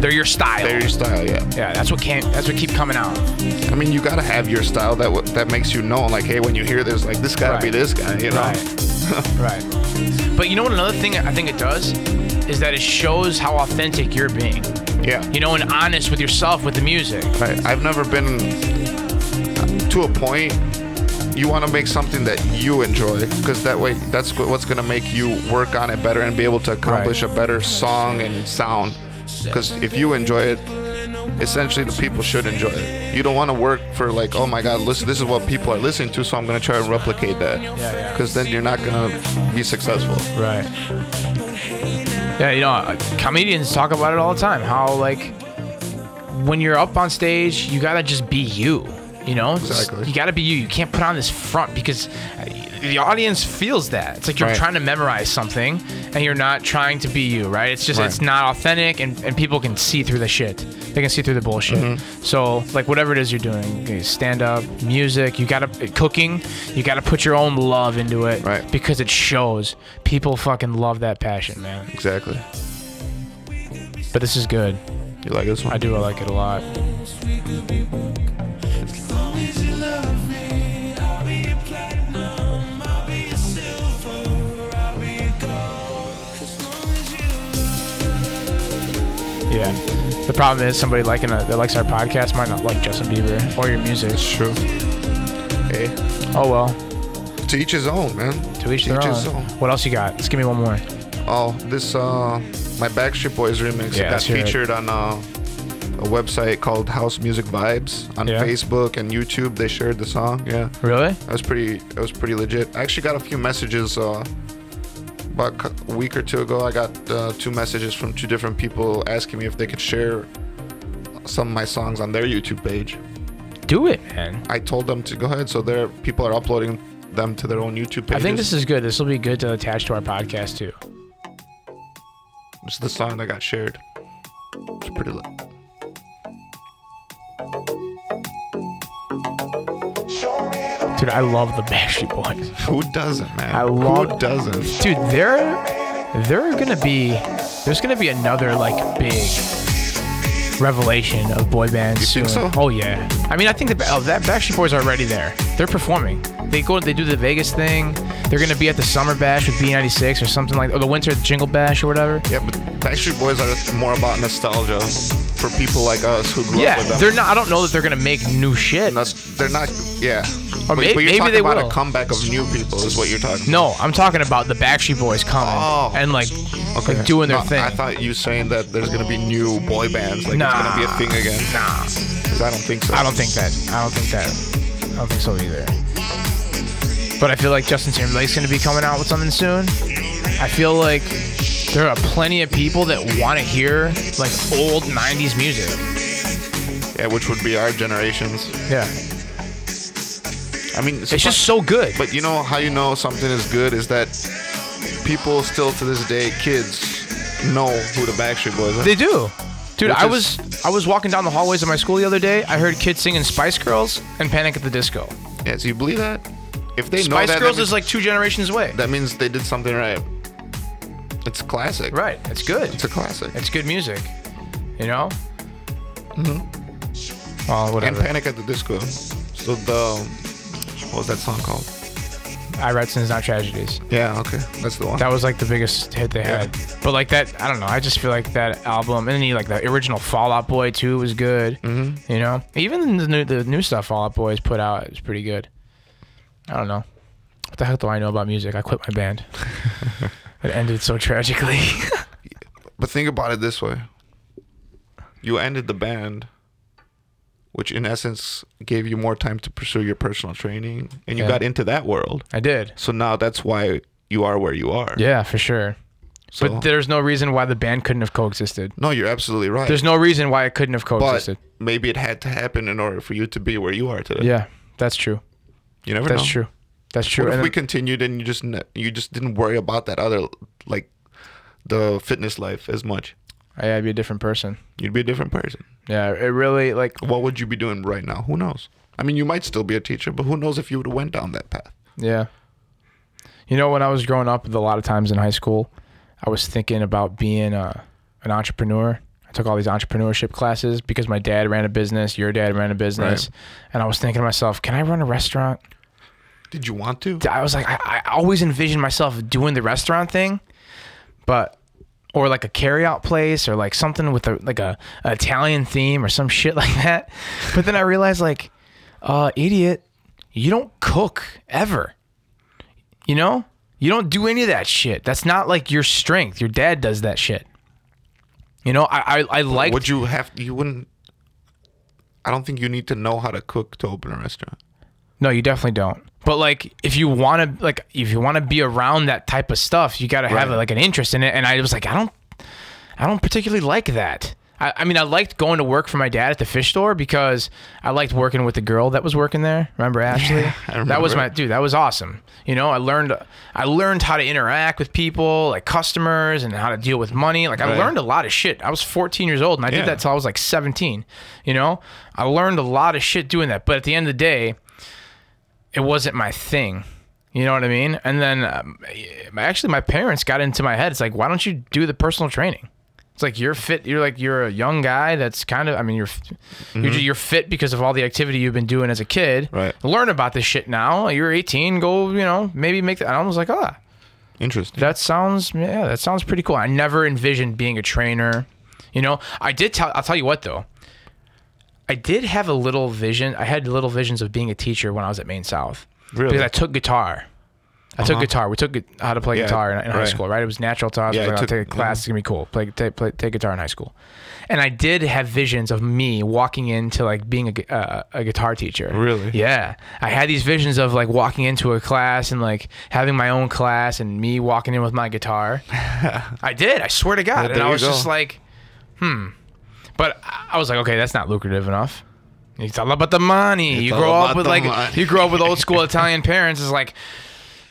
They're your style.
they're your style. Yeah.
yeah, that's what can't. That's what keep coming out.
I mean, you gotta have your style that w- that makes you known. Like, hey, when you hear this, like, this gotta
Right.
be this guy. You know. [laughs]
right. But you know what? Another thing I think it does is that it shows how authentic you're being.
Yeah.
You know, and honest with yourself with the music.
Right. I've never been to a point. You want to make something that you enjoy, because that way, that's wh- what's gonna make you work on it better and be able to accomplish a better song and sound. Because if you enjoy it, essentially the people should enjoy it. You don't want to work for like, oh my God, listen, this is what people are listening to, so I'm gonna try and replicate that.
yeah.
Because then you're not gonna be successful.
Right. Yeah, you know, uh, comedians talk about it all the time. How like when you're up on stage, you gotta just be you. You know, Just-
Exactly.
you gotta be you. You can't put on this front because uh, the audience feels that. It's like you're
Right.
trying to memorize something and you're not trying to be you, right? It's just
Right.
it's not authentic, and and people can see through the shit. They can see through the bullshit.
Mm-hmm.
So like whatever it is you're doing, stand up, music, you gotta cooking, you gotta put your own love into it
Right.
because it shows people fucking love that passion, man.
Exactly.
But this is good.
You like this one?
I do. I like it a lot. Yeah. The problem is somebody liking a, that likes our podcast might not like Justin Bieber or your music.
It's true. Hey,
Oh well.
to each his own, man.
To each their
his
own. What else you got? Let's give me one more.
Oh, this uh, my Backstreet Boys remix
Yeah,
got
let's hear it.
featured on uh, a website called House Music Vibes on
Yeah.
Facebook and YouTube. They shared the song. Yeah,
Really?
that was pretty. That was pretty legit. I actually got a few messages uh, about c- a week or two ago. I got uh, two messages from two different people asking me if they could share some of my songs on their YouTube page.
Do it, man.
I told them to go ahead, so their people are uploading them to their own YouTube pages.
I think this is good. This will be good to attach to our podcast too.
It's the song that got shared. It's pretty lit.
Dude, I love the Backstreet Boys.
Who doesn't, man?
I love-
Who doesn't?
Dude, they're they're gonna be there's gonna be another like big revelation of boy bands.
You think
soon.
so?
Oh yeah. I mean, I think the oh, that Backstreet Boys are already there. They're performing. They go. They do the Vegas thing. They're gonna be at the Summer Bash with B96 or something like, or the Winter Jingle Bash or whatever.
Yeah, but Backstreet Boys are more about nostalgia for people like us who grew up
Yeah,
with them.
they're not. I don't know that they're gonna make new shit.
Not, they're not. Yeah.
Or
but,
may-
but you're
maybe
talking
they
about
will.
a comeback of new people is what you're talking.
No, I'm talking about the Backstreet Boys coming
Oh.
and like,
about.
like doing their
No,
thing.
I thought you saying that there's gonna be new boy bands. Like it's gonna be
Nah.
a thing again.
nah,
'Cause I don't think so.
I don't think that. I don't think that. I don't think so either. But I feel like Justin Timberlake's gonna be coming out with something soon. I feel like there are plenty of people that want to hear like old '90s music.
Yeah, which would be our generations.
Yeah,
I mean,
it's just so good.
But you know how you know something is good is that people still to this day, kids, know who the Backstreet Boys are.
They do. Dude,
Which
I
is-
was I was walking down the hallways of my school the other day. I heard kids singing Spice Girls and Panic at the Disco.
yeah, so you believe that? If they know
Spice
that, that
Girls
means-
is like two generations away.
That means they did something right. It's classic.
right. It's good.
It's a classic.
It's good music, you know. Well,
Mm-hmm. and
whatever.
Panic at the Disco. So the what was that song called?
I write sins, not tragedies.
Yeah, okay, that's the one.
That was like the biggest hit they
Yeah.
had. But like that, I don't know. I just feel like that album, and then you like the original Fallout Boy too was good. Mm-hmm. You know, even the new, the new stuff Fallout Boys put out is pretty good. I don't know. What the heck do I know about music? I quit
[laughs]
my band. it ended so tragically.
But think about it this way: you ended the band, which in essence gave you more time to pursue your personal training, and you
Yeah.
got into that world.
I did.
So now that's why you are where you are.
Yeah, for sure.
So,
But there's no reason why the band couldn't have coexisted.
no, you're absolutely right.
There's no reason why it couldn't have
but
coexisted.
maybe it had to happen in order for you to be where you are today.
yeah, that's true.
you never
That's
know.
true. That's true.
What if
And
we
then-
continued and you just ne- you just didn't worry about that other like the fitness life as much?
yeah, I'd be a different person.
You'd be a different person.
Yeah, it really like
What would you be doing right now? Who knows? I mean, you might still be a teacher, but who knows if you would have went down that path?
Yeah. You know, when I was growing up, a lot of times in high school, I was thinking about being a, an entrepreneur. I took all these entrepreneurship classes because my dad ran a business, your dad ran a business,
Right.
and I was thinking to myself, can I run a restaurant?
Did you want to?
I was like, I, I always envisioned myself doing the restaurant thing, but or like a carryout place or like something with a like a, a Italian theme or some shit [laughs] like that. But then I realized like, uh, idiot, you don't cook ever. You know, you don't do any of that shit. That's not like your strength. Your dad does that shit. You know, I I, I like
Would you have? You wouldn't. I don't think you need to know how to cook to open a restaurant.
No, you definitely don't. But like, if you want to, like, if you want to be around that type of stuff, you got to have
Right.
like an interest in it. And I was like, I don't, I don't particularly like that. I, I mean, I liked going to work for my dad at the fish store because I liked working with the girl that was working there. Remember Ashley?
[laughs] I
That was
remember.
my dude. That was awesome. You know, I learned, I learned how to interact with people, like customers, and how to deal with money. Like, I
Right.
learned a lot of shit. I was 14 years old, and I
Yeah.
did that till I was like 17. You know, I learned a lot of shit doing that. But at the end of the day it wasn't my thing. You know what I mean? And then um, actually, my parents got into my head. It's like, why don't you do the personal training? It's like you're fit. You're like you're a young guy. That's kind of. I mean, you're f you're, ju- you're fit because of all the activity you've been doing as a kid.
Right.
Learn about this shit now. You're 18. Go. You know, maybe make. The, and I was like, ah,
Interesting.
that sounds yeah, that sounds pretty cool. I never envisioned being a trainer. You know, I did tell I'll tell you what though. I did have a little vision. I had little visions of being a teacher when I was at Maine South.
Really? Uh-huh.
Because I took guitar. I took guitar. We took gu- how to play
Yeah,
guitar in, in high
right.
school, right? It was natural to us.
Yeah,
Yeah,
I
like, I'll
took- uh-huh.
take a class. It's gonna be cool. Play, take, play, take guitar in high school, and I did have visions of me walking into like being a, gu- uh, a guitar teacher.
Really?
Yeah, I had these visions of like walking into a class and like having my own class and me walking in with
[laughs]
my guitar. I did. I swear to God, and
there
I
you
was just
go.
like, hmm. But I I was like, okay, that's not lucrative enough. It's all about the money. you
all
grow up
about
with
the
like
money.
you grow up with
[laughs]
old school Italian parents. It's like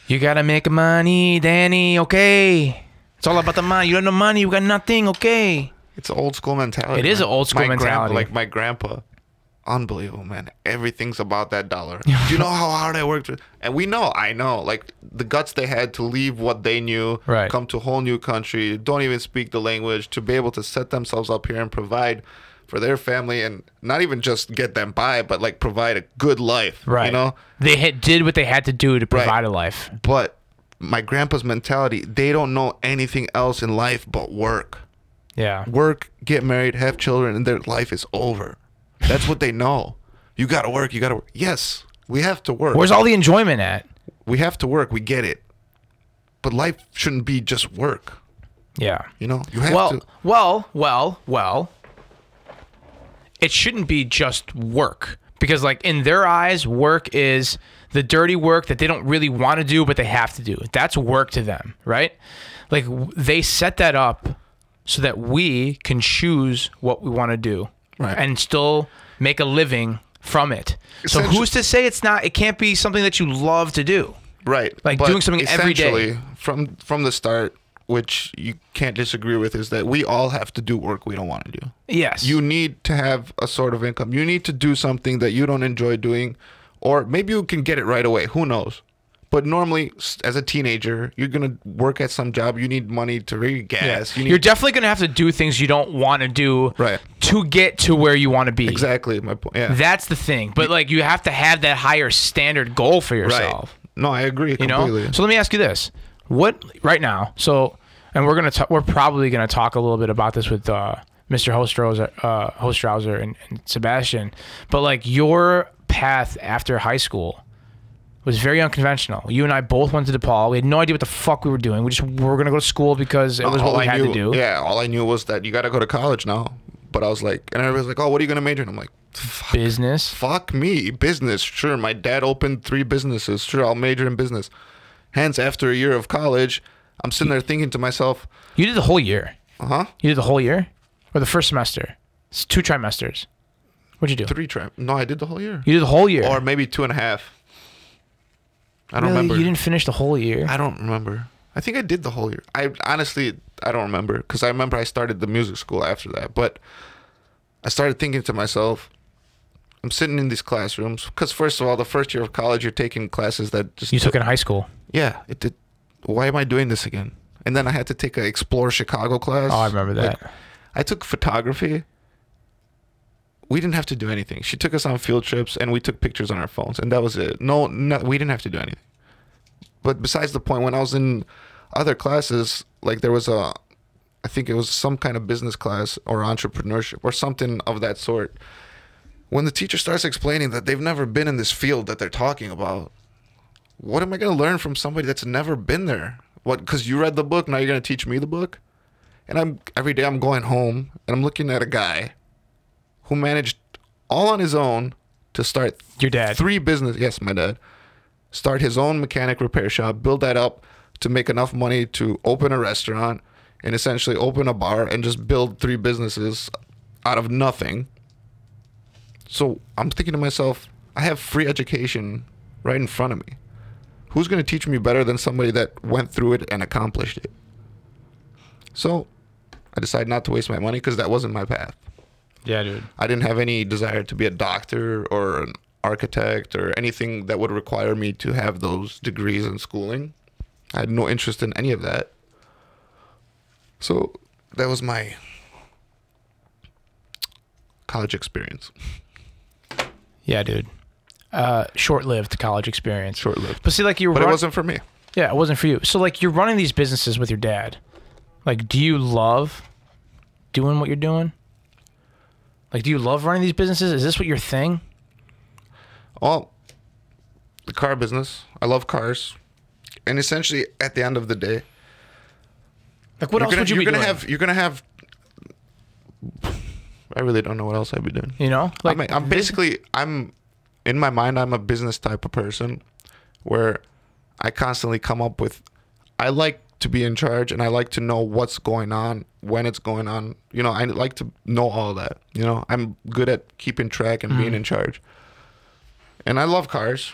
you gotta make money, Danny. Okay, it's all about the money. You don't have money, you got nothing. Okay.
It's old school mentality.
It is
man.
an old school
My grandpa-
mentality.
like my grandpa, unbelievable man. Everything's about that
[laughs]
dollar. Do you know how hard I worked? with- And we know, I know, like the guts they had to leave what they knew,
Right.
come to a whole new country, don't even speak the language, to be able to set themselves up here and provide for their family, and not even just get them by, but like provide a good life. You know,
they had, did what they had to do to provide
Right.
a life.
but my grandpa's mentality, they don't know anything else in life but work.
Yeah.
work, get married, have children, and their life is over. That's what they know. You gotta work. You gotta work. Yes, we have to work.
Where's all the enjoyment at?
we have to work. We get it. But life shouldn't be just work.
Yeah.
You know, you have
Well,
to.
well, well, well. It shouldn't be just work because, like, in their eyes, work is the dirty work that they don't really want to do, but they have to do. That's work to them, right? Like, w- they set that up so that we can choose what we want to do
Right.
and still make a living from it. So,
Essential-
who's to say it's not, it can't be something that you love to do?
Right.
Like doing something every day.
essentially, From from the start, which you can't disagree with, is that we all have to do work we don't want to do.
Yes.
you need to have a sort of income. You need to do something that you don't enjoy doing, or maybe you can get it right away. Who knows? But normally, s- as a teenager, you're gonna work at some job. You need money to re gas. You need
You're definitely gonna have to do things you don't want to do
Right.
to get to where you want to be.
exactly my point. Yeah,
That's the thing. But like you have to have that higher standard goal for
right.
yourself.
No, I agree
You know.
completely.
So let me ask you this: What right now? So, and we're gonna ta- we're probably gonna talk a little bit about this with uh, Mr. Hostrauser, uh, Hostrauser and, and Sebastian. But like your path after high school was very unconventional. You and I both went to DePaul. We had no idea what the fuck we were doing. We just were gonna go to school because it was what
All
we
Oh, I
had
knew,
to do.
Yeah, all I knew was that you gotta go to college now. But I was like, and everybody's like, oh, what are you gonna major in? I'm like, fuck,
Business.
fuck me, business. Sure, my dad opened three businesses. Sure, I'll major in business. Hence, after a year of college, I'm sitting there thinking to myself,
You did the whole year.
uh huh,
You did the whole year, or the first semester. It's two trimesters. What'd you do?
three trap. No, I did the whole year,
You did the whole year.
or maybe two and a half. I don't
Really?
remember.
You didn't finish the whole year.
I don't remember. I think I did the whole year. I honestly I don't remember because I remember I started the music school after that. But I started thinking to myself, I'm sitting in these classrooms because first of all, the first year of college, you're taking classes that just
You took it in high school.
yeah. It did. Why am I doing this again? And then I had to take a explore Chicago class.
Oh, I remember
Like,
that.
I took photography. We didn't have to do anything. She took us on field trips and we took pictures on our phones and that was it. No, no we didn't have to do anything. But besides the point when I was in other classes, like there was a I think it was some kind of business class or entrepreneurship or something of that sort. When the teacher starts explaining that they've never been in this field that they're talking about, what am I going to learn from somebody that's never been there? What cuz you read the book, now you're going to teach me the book? And I'm every day I'm going home and I'm looking at a guy who managed all on his own to start
Your dad.
three business yes, my dad. Start his own mechanic repair shop, build that up to make enough money to open a restaurant and essentially open a bar and just build three businesses out of nothing. So I'm thinking to myself, I have free education right in front of me. Who's going to teach me better than somebody that went through it and accomplished it? So I decided not to waste my money because that wasn't my path.
Yeah, dude.
I didn't have any desire to be a doctor or an architect or anything that would require me to have those degrees and schooling. I had no interest in any of that. So that was my college experience.
Yeah, dude. Uh, short-lived college experience.
Short-lived.
But see, like you were.
But it
run-
wasn't for me.
Yeah, it wasn't for you. So like you're running these businesses with your dad. Like, do you love doing what you're doing? Like, do you love running these businesses? Is this what your thing?
Well, the car business. I love cars. And essentially at the end of the day,
Like, what
you're
else
gonna,
would you
you're
be
gonna
doing?
have you're gonna have I really don't know what else I'd be doing.
you know, like
I mean, I'm basically I'm in my mind I'm a business type of person where I constantly come up with I like to be in charge and I like to know what's going on, when it's going on. You know, I like to know all that. You know, I'm good at keeping track and being in charge. And I love cars.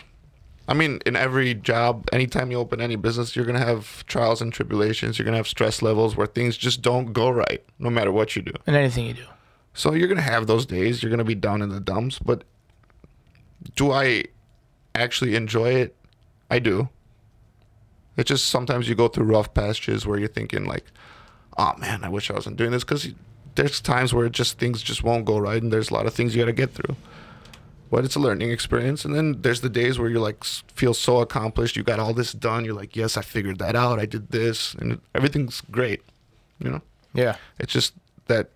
I mean, in every job, anytime you open any business, you're going to have trials and tribulations. You're going to have stress levels where things just don't go right, no matter what you do.
in anything you do.
So you're gonna have those days. You're gonna be down in the dumps. But do I actually enjoy it? I do. It's just sometimes you go through rough pastures where you're thinking like, "Oh man, I wish I wasn't doing this." Because there's times where it just things just won't go right, and there's a lot of things you gotta get through. But it's a learning experience. And then there's the days where you're like s- feel so accomplished. You got all this done. You're like, "Yes, I figured that out. I did this, and everything's great." You know.
Yeah.
It's just that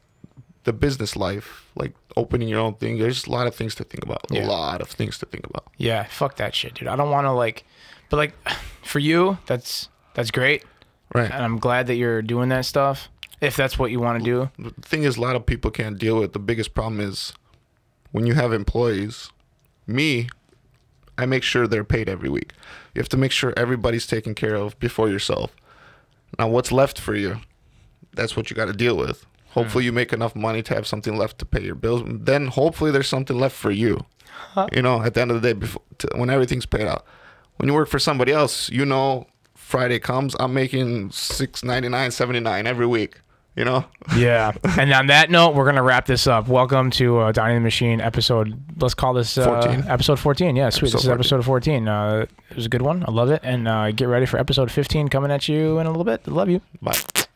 the business life, like opening your own thing, there's a lot of things to think about.
Yeah.
A lot of things to think about.
Yeah, fuck that shit, dude. I don't want to like, but like, [sighs] for you, that's that's great, and
Right.
I'm glad that you're doing that stuff. If that's what you want to do,
The thing is, a lot of people can't deal with. The biggest problem is when you have employees. Me, I make sure they're paid every week. You have to make sure everybody's taken care of before yourself. Now, what's left for you? That's what you got to deal with. Hopefully, you make enough money to have something left to pay your bills. Then, hopefully, there's something left for you. You know, at the end of the day, before, to, when everything's paid out. When you work for somebody else, you know, Friday comes, I'm making six ninety nine, seventy nine every week. You know,
Yeah. [laughs] and on that note, we're gonna wrap this up. Welcome to uh, Dining the Machine episode. Let's call this uh,
14.
episode fourteen. Yeah, sweet. this is
Episode
episode fourteen. Uh, it was a good one. I love it. And uh, get ready for episode fifteen coming at you in a little bit. Love you.
bye.